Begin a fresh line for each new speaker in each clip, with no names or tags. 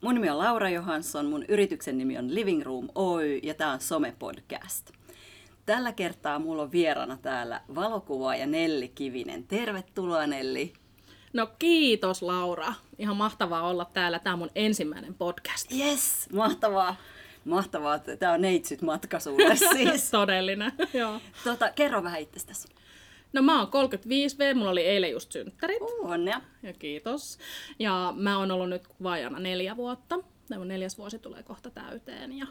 Mun nimi on Laura Johansson, mun yrityksen nimi on Living Room Oy ja tää on Some-podcast. Tällä kertaa mulla on vieraana täällä valokuvaaja Nelli Kivinen. Tervetuloa Nelli.
No kiitos Laura. Ihan mahtavaa olla täällä. Tämä on mun ensimmäinen podcast.
Yes, mahtavaa. Mahtavaa, tämä on neitsyt matka sulle siis.
Todellinen, joo.
Tota, kerro vähän itsestäsi.
No mä oon 35V, mulla oli eilen just synttärit.
Onnea.
Ja kiitos. Ja mä oon ollut nyt kuvaajana neljä vuotta. Tämä mun neljäs vuosi tulee kohta täyteen ja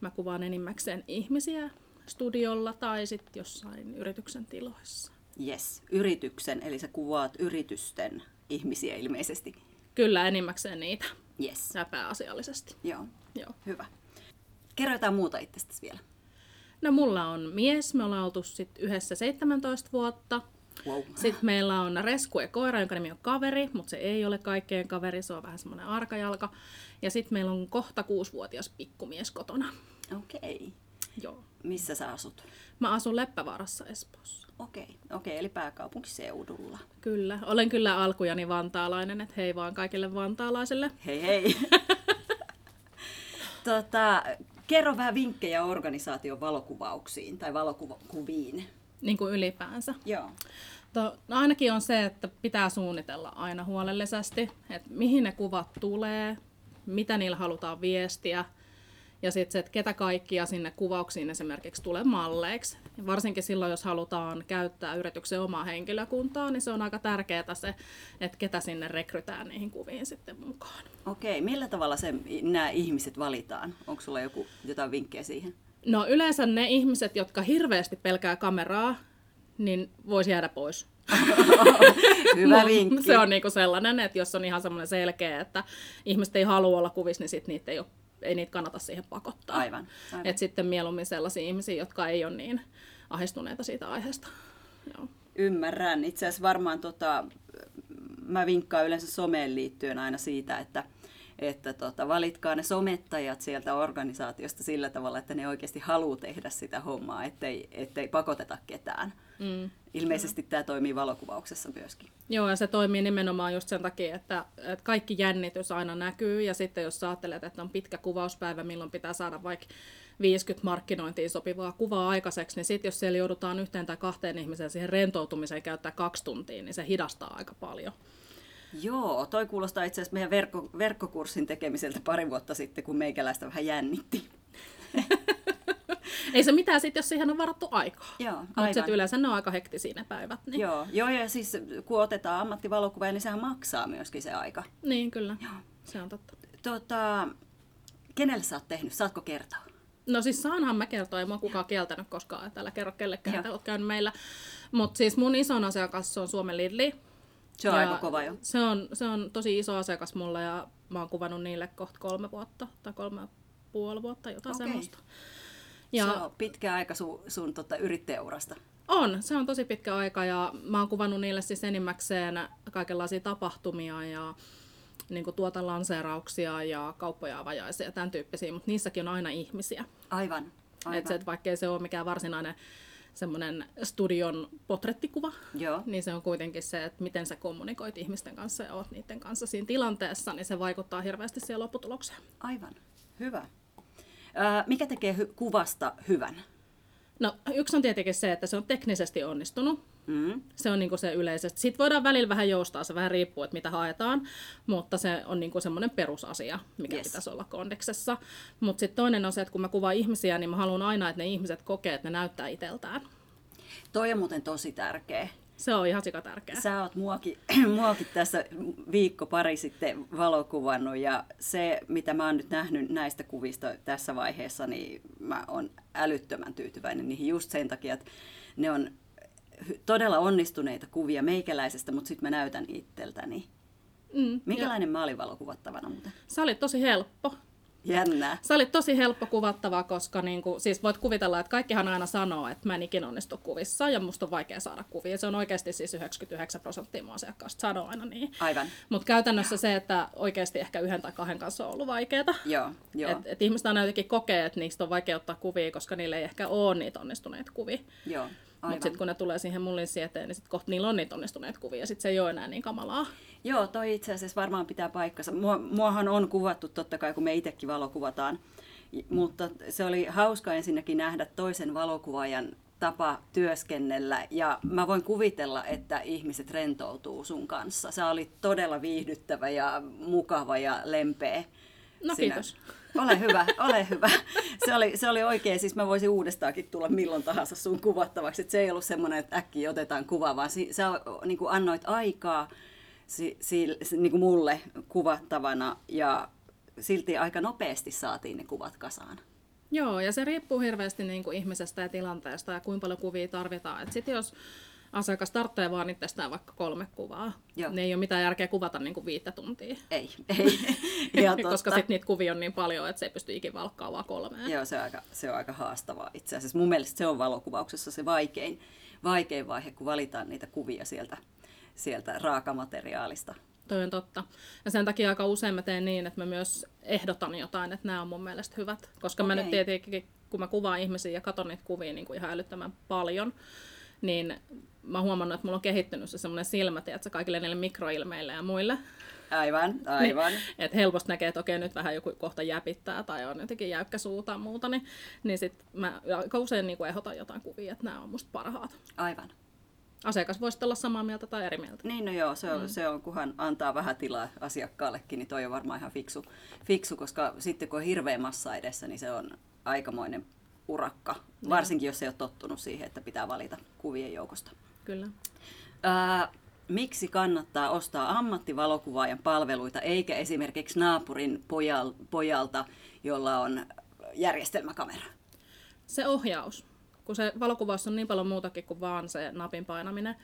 mä kuvaan enimmäkseen ihmisiä studiolla tai sitten jossain yrityksen tiloissa.
Yes, yrityksen, eli sä kuvaat yritysten ihmisiä ilmeisesti.
Kyllä enimmäkseen niitä.
Yes,
Ja pääasiallisesti.
joo,
Joo.
hyvä. Kerro jotain muuta itsestäsi vielä.
No mulla on mies, me ollaan oltu sit yhdessä 17 vuotta.
Wow.
Sitten meillä on Resku ja koira, jonka nimi on Kaveri, mutta se ei ole kaikkeen kaveri, se on vähän semmoinen arkajalka. Ja sitten meillä on kohta kuusivuotias pikkumies kotona.
Okei. Okay.
Joo.
Missä sä asut?
Mä asun Leppävaarassa Espoossa.
Okei, okay. okei, okay, eli pääkaupunkiseudulla.
Kyllä. Olen kyllä alkujani vantaalainen, että hei vaan kaikille vantaalaisille.
Hei hei! tota, kerro vähän vinkkejä organisaation valokuvauksiin tai valokuviin.
Niin kuin ylipäänsä.
Joo.
To, no ainakin on se, että pitää suunnitella aina huolellisesti, että mihin ne kuvat tulee, mitä niillä halutaan viestiä ja sitten se, että ketä kaikkia sinne kuvauksiin esimerkiksi tulee malleiksi. Ja Varsinkin silloin, jos halutaan käyttää yrityksen omaa henkilökuntaa, niin se on aika tärkeää se, että ketä sinne rekrytään niihin kuviin sitten mukaan.
Okei, millä tavalla se, nämä ihmiset valitaan? Onko sulla joku, jotain vinkkejä siihen?
No yleensä ne ihmiset, jotka hirveästi pelkää kameraa, niin voisi jäädä pois.
Hyvä
Mu-
vinkki.
Se on niinku sellainen, että jos on ihan semmoinen selkeä, että ihmiset ei halua olla kuvissa, niin sit niitä ei, ole, ei niitä kannata siihen pakottaa.
Aivan, aivan.
Et sitten mieluummin sellaisia ihmisiä, jotka ei ole niin ahistuneita siitä aiheesta. Joo.
Ymmärrän. Itse asiassa varmaan tota, mä vinkkaan yleensä someen liittyen aina siitä, että, että tota, valitkaa ne somettajat sieltä organisaatiosta sillä tavalla, että ne oikeasti haluaa tehdä sitä hommaa, ettei, ettei pakoteta ketään. Mm. Ilmeisesti tämä toimii valokuvauksessa myöskin.
Joo, ja se toimii nimenomaan just sen takia, että, että kaikki jännitys aina näkyy, ja sitten jos sä ajattelet, että on pitkä kuvauspäivä, milloin pitää saada vaikka 50 markkinointiin sopivaa kuvaa aikaiseksi, niin sitten jos siellä joudutaan yhteen tai kahteen ihmiseen siihen rentoutumiseen käyttää kaksi tuntia, niin se hidastaa aika paljon.
Joo, toi kuulostaa itse asiassa meidän verkko, verkkokurssin tekemiseltä pari vuotta sitten, kun meikäläistä vähän jännitti.
Ei se mitään sitten, jos siihen on varattu aikaa.
Joo, aivan.
Mutta sitten yleensä ne on aika hektisiä ne päivät. Niin,
Joo, joo, ja siis kun otetaan ammattivalokuvaa, niin sehän maksaa myöskin se aika.
niin kyllä, se on totta.
Tota, kenelle sä oot tehnyt? Saatko kertoa?
No siis saanhan mä kertoa, ei mua kukaan kieltänyt koskaan, että älä kerro kellekään, että oot käynyt meillä. Mutta siis mun ison asiakas on Suomen Lidli.
Se on
Ja
ja... aika kova jo.
Se on, se on tosi iso asiakas mulle ja mä oon kuvannut niille kohta kolme vuotta tai kolme ja puoli vuotta, jotain
Okei.
okay. semmoista.
Ja...
Ja
Se on pitkä aika sun, sun tota, yrittäjäurasta.
on, se on tosi pitkä aika ja mä oon kuvannut niille siis enimmäkseen kaikenlaisia tapahtumia ja niin kuin tuota lanseerauksia ja kauppoja avajaisia ja tämän tyyppisiä, mutta niissäkin on aina ihmisiä.
Aivan. Aivan.
Et se, että vaikkei se ole mikään varsinainen semmoinen studion portrettikuva,
Joo.
niin se on kuitenkin se, että miten sä kommunikoit ihmisten kanssa ja oot niiden kanssa siinä tilanteessa, niin se vaikuttaa hirveästi siihen lopputulokseen.
Aivan. Hyvä. Ö, mikä tekee hy- kuvasta hyvän?
No yksi on tietenkin se, että se on teknisesti onnistunut.
Mm.
Se on niinku se yleisesti. Sitten voidaan välillä vähän joustaa, se vähän riippuu, että mitä haetaan, mutta se on niinku semmoinen perusasia, mikä
Yes.
yes. pitäisi olla kondeksessa. Mutta sitten toinen on se, että kun mä kuvaan ihmisiä, niin mä haluan aina, että ne ihmiset kokee, että ne näyttää itseltään.
Toi on muuten tosi tärkeä.
Se on ihan sika tärkeää.
Sä oot muakin, muakin tässä viikko pari sitten valokuvannut ja se, mitä mä oon nyt nähnyt näistä kuvista tässä vaiheessa, niin mä oon älyttömän tyytyväinen niihin just sen takia, että ne on hy- todella onnistuneita kuvia meikäläisestä, mutta sitten mä näytän itseltäni.
Mm, ja-
Minkälainen mä olin valokuvattavana muuten?
Se oli tosi helppo.
Jännää.
Se oli tosi helppo kuvattava, koska niin kuin, siis voit kuvitella, että kaikkihan aina sanoo, että mä en ikinä onnistu kuvissa ja musta on vaikea saada kuvia. Se on oikeasti siis 99 prosenttia mun asiakkaasta sanoo aina niin.
Aivan.
Mutta käytännössä se, että oikeasti ehkä yhden tai kahden kanssa on ollut vaikeaa.
Joo, joo,
Et, et ihmiset aina jotenkin kokee, että niistä on vaikea ottaa kuvia, koska niillä ei ehkä ole niitä onnistuneita kuvia.
joo. Aivan.
Mutta sitten kun ne tulee siihen mullinsi eteen, niin sitten kohta niillä on niitä onnistuneita kuvia. Sitten se ei ole enää niin kamalaa.
Joo, toi itse asiassa varmaan pitää paikkansa. Mua, muahan on kuvattu totta kai, kun me itsekin valokuvataan, I- mutta se oli hauska ensinnäkin nähdä toisen valokuvaajan tapa työskennellä ja mä voin kuvitella, että ihmiset rentoutuu sun kanssa. Sä olit todella viihdyttävä ja mukava ja lempeä.
No,
Sinä-
kiitos.
Ole hyvä, ole hyvä. Se oli, se oli oikein, siis mä voisin uudestaankin tulla milloin tahansa sun kuvattavaksi. Et se ei ollut semmoinen, että äkkiä otetaan kuva, vaan si, sä niin kuin annoit aikaa si, si, niin kuin mulle kuvattavana ja silti aika nopeasti saatiin ne kuvat kasaan.
Joo, ja se riippuu hirveästi niin kuin ihmisestä ja tilanteesta ja kuinka paljon kuvia tarvitaan. Et sit jos asiakas tarvitsee vaan itsestään vaikka kolme kuvaa,
Joo.
Joo. niin ei ole mitään järkeä kuvata niin kuin viittä tuntia.
Ei, ei. Ja
Koska
totta.
sit niitä kuvia on niin paljon, että se ei pysty ikin valkkaamaan vaan kolmeen.
Joo, se on, aika, se on aika haastavaa itse asiassa. Mun mielestä se on valokuvauksessa se vaikein, vaikein vaihe, kun valitaan niitä kuvia sieltä, sieltä raakamateriaalista.
Toi on totta. Ja sen takia aika usein mä teen niin, että mä myös ehdotan jotain, että nämä on mun mielestä hyvät. Koska okay. mä nyt
Okei.
tietenkin, kun mä kuvaan ihmisiä ja katon niitä kuvia niin kuin ihan älyttömän paljon, niin mä oon huomannut, että mulla on kehittynyt se semmoinen silmä, tiedätkö, kaikille niille mikroilmeille ja muille.
Aivan, aivan.
Et helposti näkee, että okei, nyt vähän joku kohta jäpittää tai on jotenkin jäykkä suu tai muuta, niin, niin sit mä aika usein niin ehdotan jotain kuvia, että nämä on musta parhaat.
Aivan.
Asiakas voi sitten olla samaa mieltä tai eri mieltä.
Niin, no joo, se on, mm. se on, kunhan antaa vähän tilaa asiakkaallekin, niin toi on varmaan ihan fiksu, fiksu koska sitten kun on hirveä massa edessä, niin se on aikamoinen urakka, varsinkin jos ei ole tottunut siihen, että pitää valita kuvien joukosta.
Kyllä.
Ää, miksi kannattaa ostaa ammattivalokuvaajan palveluita, eikä esimerkiksi naapurin pojal, pojalta, jolla on järjestelmäkamera?
se ohjaus, kun se valokuvaus on niin paljon muutakin kuin vaan se napin painaminen,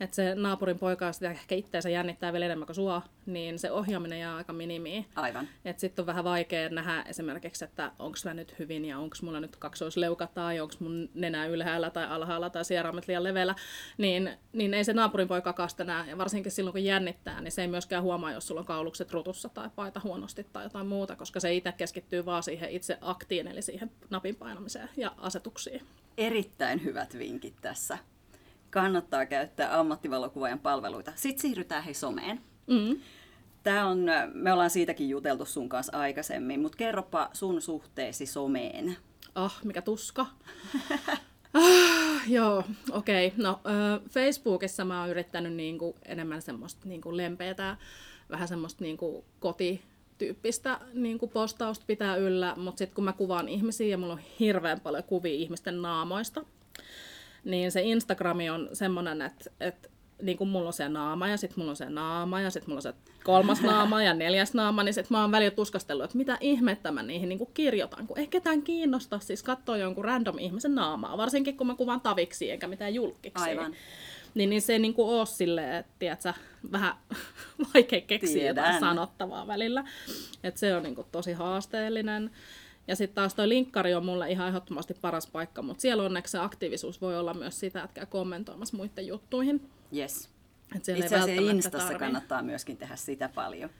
että se naapurin poika jos sitä ehkä itteensä jännittää vielä enemmän kuin sua, niin se ohjaaminen jää aika minimiin.
Aivan.
Että sitten on vähän vaikea nähdä esimerkiksi, että onko mä nyt hyvin ja onko mulla nyt kaksoisleuka tai onko mun nenä ylhäällä tai alhaalla tai sieraimet liian leveällä, niin, niin ei se naapurin poika kasta näe. Ja varsinkin silloin kun jännittää, niin se ei myöskään huomaa, jos sulla on kaulukset rutussa tai paita huonosti tai jotain muuta, koska se itse keskittyy vaan siihen itse aktiin, eli siihen napin painamiseen ja asetuksiin.
Erittäin hyvät vinkit tässä. Kannattaa käyttää ammattivalokuvaajan palveluita. Sitten siirrytään hei someen.
Mm.
Tää on, me ollaan siitäkin juteltu sun kanssa aikaisemmin, mutta kerropa sun suhteesi someen.
Ah, mikä tuska. Ah, joo, okei. Okay. No, ö, Facebookissa mä oon yrittänyt niinku enemmän semmoista niinku lempeätä, vähän semmoista niinku kotityyppistä niinku postausta pitää yllä, mutta sitten kun mä kuvaan ihmisiä ja mulla on hirveän paljon kuvia ihmisten naamoista, niin se Instagrami on semmoinen, että, että niin kuin mulla on se naama ja sitten mulla on se naama ja sitten mulla on se kolmas naama ja neljäs naama, niin sitten mä oon välillä tuskastellut, että mitä ihmettä mä niihin niin kuin kirjoitan, kun ei ketään kiinnosta siis katsoa jonkun random ihmisen naamaa, varsinkin kun mä kuvaan taviksi enkä mitään julkiksi.
Aivan.
Niin, niin se ei niin kuin ole silleen, että tiedätkö, vähän vaikea keksiä jotain
Tiedän.
sanottavaa välillä. Et se on niinku tosi haasteellinen. Ja sitten taas toi linkkari on mulle ihan ehdottomasti paras paikka, mutta siellä onneksi se aktiivisuus voi olla myös sitä, että käy kommentoimassa muiden juttuihin.
Yes.
Et siellä
Itse
ei
asiassa
välttämättä
Instassa
tarvii.
kannattaa myöskin tehdä sitä paljon.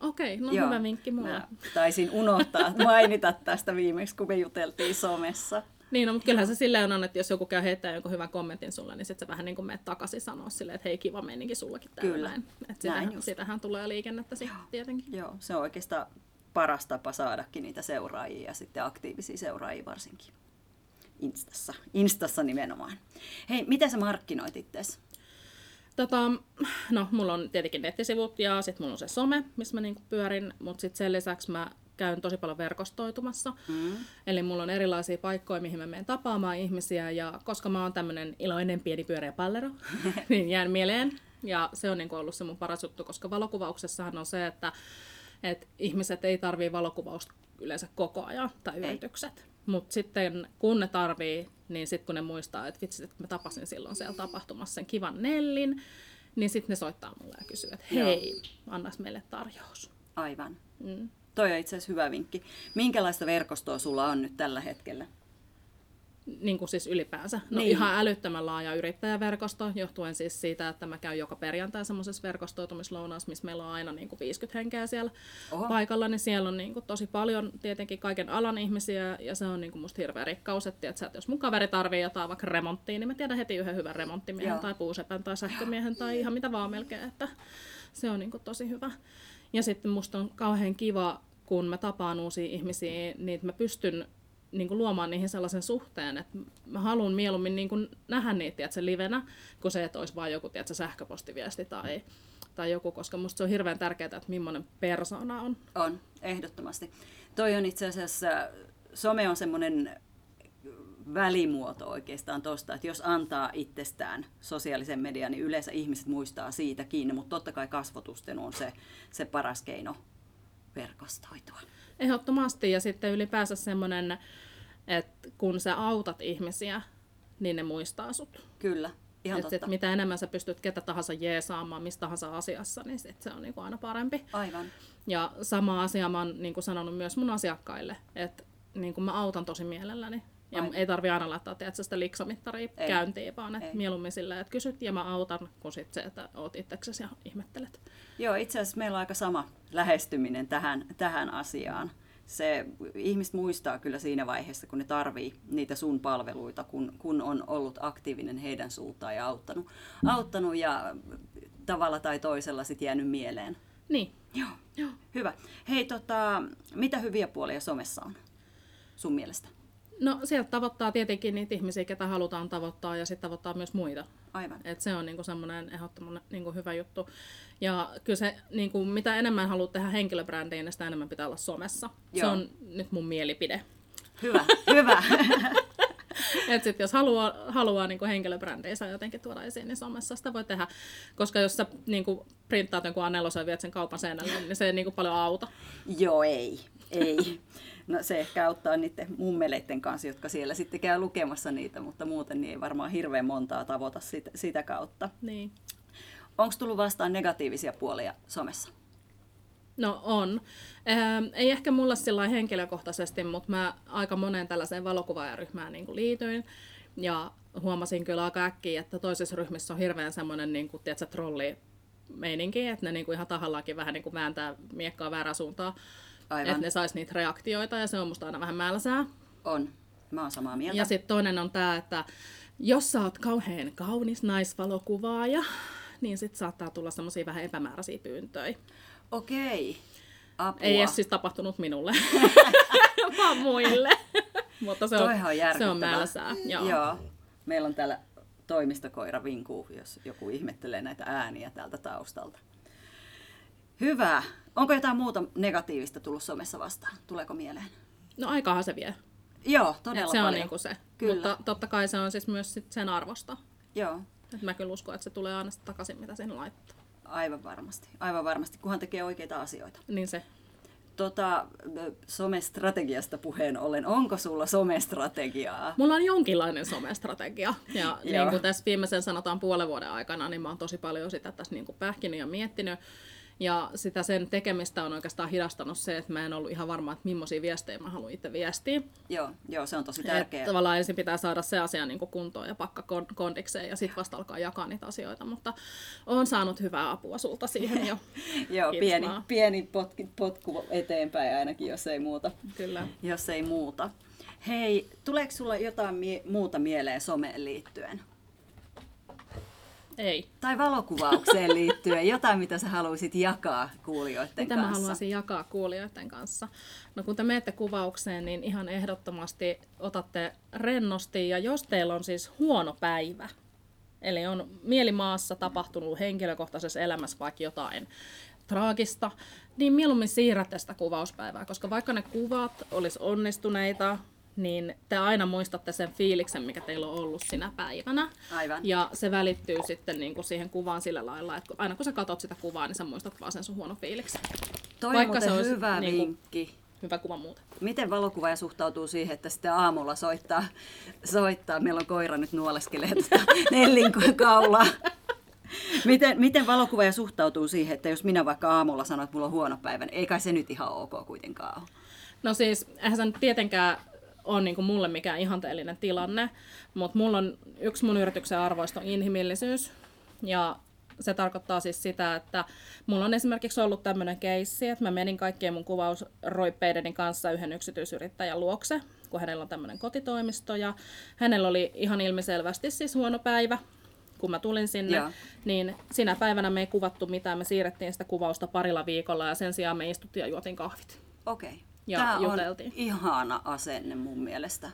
Okei, no
Joo.
hyvä vinkki mulle.
Mä taisin unohtaa mainita tästä viimeksi, kun me juteltiin somessa.
Niin, no, mutta kyllähän se silleen on, että jos joku käy heittämään jonkun hyvän kommentin sulle, niin sitten se vähän niin kuin menet takaisin sanoa silleen, että hei kiva meininki sullakin täällä.
Kyllä.
näin. Et
Näin
sitähän,
just.
sitähän, tulee liikennettä sitten tietenkin.
Joo, se on oikeastaan paras tapa saadakin niitä seuraajia ja sitten aktiivisia seuraajia varsinkin. Instassa. Instassa nimenomaan. Hei, miten sä markkinoit itsesi?
Tota, no, mulla on tietenkin nettisivut ja sitten mulla on se some, missä mä niinku pyörin, mutta sitten sen lisäksi mä käyn tosi paljon verkostoitumassa. Mm. Eli mulla on erilaisia paikkoja, mihin mä menen tapaamaan ihmisiä ja koska mä oon tämmönen iloinen pieni pyöreä pallero, niin jään mieleen. Ja se on niinku ollut se mun paras juttu, koska valokuvauksessahan on se, että et ihmiset ei tarvii valokuvausta yleensä koko ajan tai yritykset. Mutta sitten kun ne tarvii, niin sitten kun ne muistaa, että vitsi, että mä tapasin silloin siellä tapahtumassa sen kivan Nellin, niin sitten ne soittaa mulle ja kysyy, että
Joo.
hei, annas meille tarjous.
Aivan. Mm. Toi on itse asiassa hyvä vinkki. Minkälaista verkostoa sulla on nyt tällä hetkellä?
niin kuin siis ylipäänsä. No
Niin.
niin. ihan älyttömän laaja yrittäjäverkosto, johtuen siis siitä, että mä käyn joka perjantai semmoisessa verkostoitumislounaassa, missä meillä on aina niin kuin 50 henkeä siellä
Oho.
Oho. paikalla, niin siellä on niin kuin tosi paljon tietenkin kaiken alan ihmisiä, ja se on niin kuin musta hirveä rikkaus, että, tiedät, sä, että jos mun kaveri tarvii jotain vaikka remonttia, niin mä tiedän heti yhden hyvän remonttimiehen
Joo.
tai puusepän tai sähkömiehen tai ihan mitä vaan melkein, että se on niin kuin tosi hyvä. Ja sitten musta on kauhean kiva, kun mä tapaan uusia ihmisiä, niin että mä pystyn niin kuin luomaan niihin sellaisen suhteen, että mä haluan mieluummin niin kuin nähdä niitä tiedätkö, livenä, kuin se, että olisi vain joku tiedätkö, sähköpostiviesti tai, tai joku, koska musta se on hirveän tärkeää, että millainen persona on.
On, ehdottomasti. Toi on itse asiassa, some on semmoinen välimuoto oikeastaan tosta, että jos antaa itsestään sosiaalisen median, niin yleensä ihmiset muistaa siitä kiinni, mutta totta kai kasvotusten on se, se paras keino verkostoitua.
Ehdottomasti ja sitten ylipäänsä semmoinen, että kun sä autat ihmisiä, niin ne muistaa sut.
Kyllä, ihan
Et,
totta.
et mitä enemmän sä pystyt ketä tahansa jeesaamaan missä tahansa asiassa, niin sit se on niinku aina parempi.
Aivan,
Ja sama asia mä oon niin kuin sanonut myös mun asiakkaille, että niin kuin mä autan tosi mielelläni. Ja
Aivan.
ei tarvi aina laittaa tiedätkö, sitä liksamittaria
Ei.
käyntiin, vaan että
Ei.
mieluummin sillä, että kysyt ja mä autan, kun sit se, että oot itseksesi ja ihmettelet.
Joo, itse asiassa meillä on aika sama lähestyminen tähän, tähän asiaan. Se ihmiset muistaa kyllä siinä vaiheessa, kun ne tarvii niitä sun palveluita, kun, kun on ollut aktiivinen heidän suuntaan ja auttanut, auttanut ja tavalla tai toisella sitten jäänyt mieleen.
Niin.
Joo. Joo. Hyvä. Hei, tota, mitä hyviä puolia somessa on sun mielestä?
No sieltä tavoittaa tietenkin niitä ihmisiä, ketä halutaan tavoittaa ja sitten tavoittaa myös muita.
Aivan.
Et se on niinku semmoinen ehdottoman niinku hyvä juttu. Ja kyllä se, niinku, mitä enemmän haluat tehdä henkilöbrändiin, niin sitä enemmän pitää olla somessa. Joo.
Joo.
Se on nyt mun mielipide.
Hyvä, hyvä.
Et sit jos haluaa, haluaa niinku henkilöbrändinsä jotenkin tuoda esiin, niin somessa sitä voi tehdä. Koska jos sä niinku, printtaat jonkun annelosen ja viet sen kaupan seinälle, niin se ei niinku, paljon auta.
Joo, ei. Ei. No se ehkä auttaa niiden mummeleiden kanssa, jotka siellä sitten käy lukemassa niitä, mutta muuten niin ei varmaan hirveän montaa tavoita sitä, sitä kautta.
Niin.
Onko tullut vastaan negatiivisia puolia somessa?
No on. Ähm, ei ehkä mulla sillä lailla henkilökohtaisesti, mutta mä aika moneen tällaiseen valokuvaajaryhmään niin liityin. Ja huomasin kyllä aika äkkiä, että toisessa ryhmissä on hirveän semmoinen niin kuin, tiedätkö, trolli meininki, että ne niin kuin ihan tahallaankin vähän niin kuin vääntää miekkaa väärään suuntaan,
Aivan,
että ne sais niitä reaktioita ja se on musta aina vähän mälsää.
on. Mä oon samaa mieltä.
Ja sitten toinen on tämä, että jos sä oot kauhean kaunis naisvalokuvaaja, niin sitten saattaa tulla semmoisia vähän epämääräisiä pyyntöjä.
Okei. Apua.
Ei edes siis tapahtunut minulle, vaan muille. Mutta se on,
Toihan on
se
järkyttävää. Mm,
on mälsää. Joo. Joo.
Joo. Meillä on täällä toimistokoira vinkuu, jos joku ihmettelee näitä ääniä täältä taustalta. Hyvä. Onko jotain muuta negatiivista tullut somessa vastaan? Tuleeko mieleen?
No aikaahan se vie.
Joo,
Et
todella
se on
paljon.
niinku se.
Kyllä.
Kyllä. Mutta totta kai se on siis myös sit sen arvosta.
Joo,
Et mä kyllä uskon, että se tulee aina sit takaisin, mitä sen laittaa.
aivan varmasti. Aivan varmasti, kunhan tekee oikeita asioita.
Niin se.
Tota, ö, somestrategiasta puheen ollen, onko sulla somestrategiaa?
Mulla on jonkinlainen somestrategia. Ja
Joo.
niin kuin tässä viimeisen sanotaan puolen vuoden aikana, niin mä oon tosi paljon sitä tässä niin kuin pähkinyt ja miettinyt. Ja sitä sen tekemistä on oikeastaan hidastanut se, että mä en ollut ihan varma, että millaisia viestejä mä haluan itse viestiä.
Joo, joo, se on tosi
Et
tärkeää.
tavallaan ensin pitää saada se asia niin kuntoon ja pakka kon- kondikseen ja sitten vasta alkaa jakaa niitä asioita, mutta on saanut hyvää apua sulta siihen jo.
Joo,
Kiitos
pieni,
vaan.
pieni potki, potku eteenpäin ainakin, jos ei muuta.
Kyllä.
Jos ei muuta. Hei, tuleeko sulla jotain mie- muuta mieleen someen liittyen?
Ei.
Tai valokuvaukseen liittyen, jotain mitä sä haluaisit jakaa kuulijoiden
Mitä
kanssa?
mä haluaisin jakaa kuulijoiden kanssa? No kun te menette kuvaukseen, niin ihan ehdottomasti otatte rennosti ja jos teillä on siis huono päivä, eli on mielimaassa tapahtunut henkilökohtaisessa elämässä vaikka jotain traagista, niin mieluummin siirrätte sitä kuvauspäivää, koska vaikka ne kuvat olisi onnistuneita, niin te aina muistatte sen fiiliksen, mikä teillä on ollut sinä päivänä.
Aivan.
Ja se välittyy sitten niin kuin siihen kuvaan sillä lailla, että kun- aina kun sä katot sitä kuvaa, niin sä muistat vaan sen sun huono fiiliksi.
Toi
vaikka
muuten
se olisi
hyvä
niinku-
vinkki.
Hyvä kuva muuten.
Miten valokuvaaja suhtautuu siihen, että sitä aamulla soittaa, soittaa? meillä on koira nyt nuoleskelee tuota Nellin kaulaa. Miten, miten valokuvaaja suhtautuu siihen, että jos minä vaikka aamulla sanon, että mulla on huono päivä, niin ei kai se nyt ihan ok kuitenkaan ole.
No siis, eihän se nyt tietenkään on niin kuin mulle mikään ihanteellinen tilanne, mutta mulla on yksi mun yrityksen arvoista on inhimillisyys. Ja se tarkoittaa siis sitä, että mulla on esimerkiksi ollut tämmöinen keissi, että mä menin kaikkien mun kuvausroippeideni kanssa yhden yksityisyrittäjän luokse, kun hänellä on tämmöinen kotitoimisto ja hänellä oli ihan ilmiselvästi siis huono päivä, kun mä tulin sinne,
Joo.
niin sinä päivänä me ei kuvattu mitään, me siirrettiin sitä kuvausta parilla viikolla ja sen sijaan me istuttiin ja juotiin kahvit.
Okei.
Ja
Tämä
juteltiin.
on ihana asenne mun mielestä.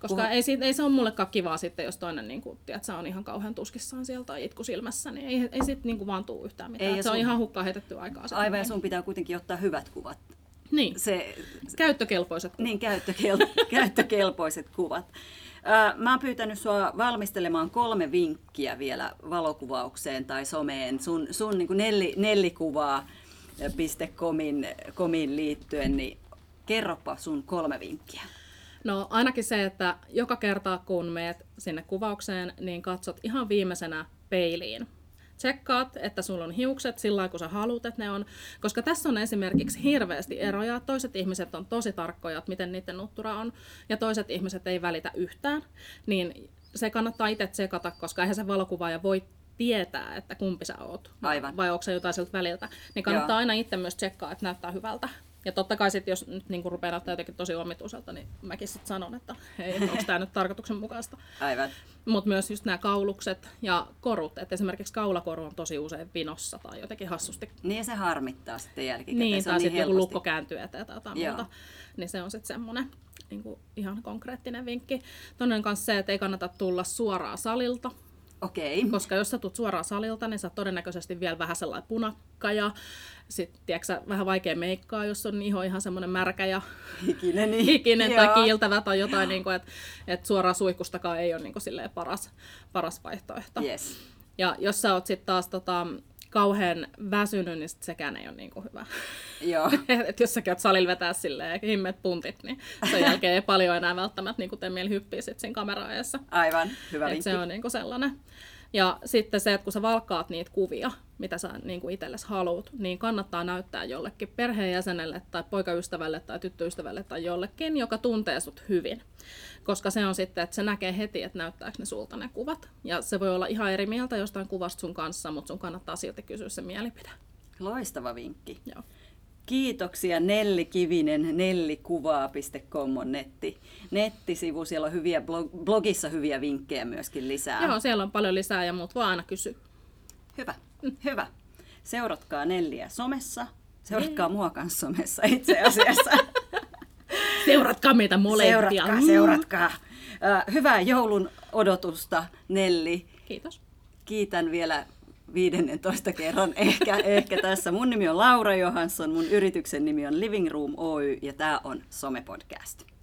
Koska ei, siitä, ei se ole mullekaan kivaa sitten, jos toinen niin kuin, tiedätkö, on ihan kauhean tuskissaan sieltä tai itku silmässä, niin ei, ei sitten niin kuin, vaan tuu yhtään mitään.
Ei,
Ei,
ja
se on
sun-
ihan hukkaan heitetty aikaa. sitten.
Aivan ja sun pitää kuitenkin ottaa hyvät kuvat.
Niin,
Se,
käyttökelpoiset.
niin käyttökel- käyttökelpoiset kuvat. Ää, Mä oon pyytänyt sua valmistelemaan kolme vinkkiä vielä valokuvaukseen tai someen. Sun, sun niin nelli, nellikuvaa.comin komiin liittyen, niin kerropa sun kolme vinkkiä.
No ainakin se, että joka kerta kun meet sinne kuvaukseen, niin katsot ihan viimeisenä peiliin. Tsekkaat, että sulla on hiukset sillä lailla, kun sä haluat, että ne on. Koska tässä on esimerkiksi hirveästi eroja. Toiset ihmiset on tosi tarkkoja, että miten niiden nuttura on, ja toiset ihmiset ei välitä yhtään. Niin se kannattaa itse tsekata, koska eihän se valokuvaaja voi tietää, että kumpi sä oot.
Aivan.
Vai onko se jotain siltä väliltä. Niin kannattaa
Joo.
aina itse myös tsekkaa, että näyttää hyvältä. Ja totta kai sit, jos nyt niin rupeaa näyttää jotenkin tosi omituiselta, niin mäkin sitten sanon, että hei, onko tämä nyt tarkoituksenmukaista.
Aivan.
Mutta myös just nämä kaulukset ja korut, että esimerkiksi kaulakoru on tosi usein vinossa tai jotenkin hassusti.
Niin ja se harmittaa sitten jälkikäteen.
Niin,
se on
tai
niin
sitten joku
helposti.
lukko kääntyy eteen tai jotain
Joo.
muuta. Niin se on sitten semmoinen niin ihan konkreettinen vinkki. Toinen kanssa se, että ei kannata tulla suoraan salilta,
Okei.
koska jos sä tulet suoraan salilta, niin sä oot todennäköisesti vielä vähän sellainen punakka ja sitten tiedätkö, vähän vaikea meikkaa, jos on iho ihan semmoinen märkä ja
Hikinen, niin.
hikinen tai
Joo.
kiiltävä tai jotain, niin että et suoraan suihkustakaan ei ole niin silleen paras, paras vaihtoehto.
Yes.
Ja jos sä oot sitten taas tota, kauhean väsynyt, niin sit sekään ei ole niin hyvä.
Joo.
Et jos sä käyt salilla vetää silleen himmet puntit, niin sen jälkeen ei paljon enää välttämättä niin tee mieli hyppiä sit siinä kameraajassa.
Aivan. Hyvä
Et
vinkki.
se on niinku sellainen. Ja sitten se, että kun sä valkkaat niitä kuvia, mitä sä niinku itsellesi haluat, niin kannattaa näyttää jollekin perheenjäsenelle tai poikaystävälle tai tyttöystävälle tai jollekin, joka tuntee sut hyvin. Koska se on sitten, että se näkee heti, että näyttääkö ne sulta ne kuvat. Ja se voi olla ihan eri mieltä jostain kuvasta sun kanssa, mutta sun kannattaa silti kysyä se mielipide.
Loistava vinkki.
Joo.
Kiitoksia Nelli Kivinen, nellikuvaa.com on netti, nettisivu. Siellä on hyviä, blog- blogissa hyviä vinkkejä myöskin lisää.
Joo, siellä on paljon lisää ja muut voi aina kysyä.
Hyvä, hyvä. Seuratkaa Nelliä somessa. Seuratkaa
Niin.
mua kanssa somessa itse asiassa.
Seuratkaa meitä molempia.
seuratkaa,
Mm.
seuratkaa. Ö, Hyvää joulun odotusta, Nelli.
Mm. Kiitos.
kiitän vielä 15 kerran ehkä, ehkä tässä. Mun nimi on Laura Johansson, mun yrityksen nimi on Living Room Oy ja tämä on Some Podcast.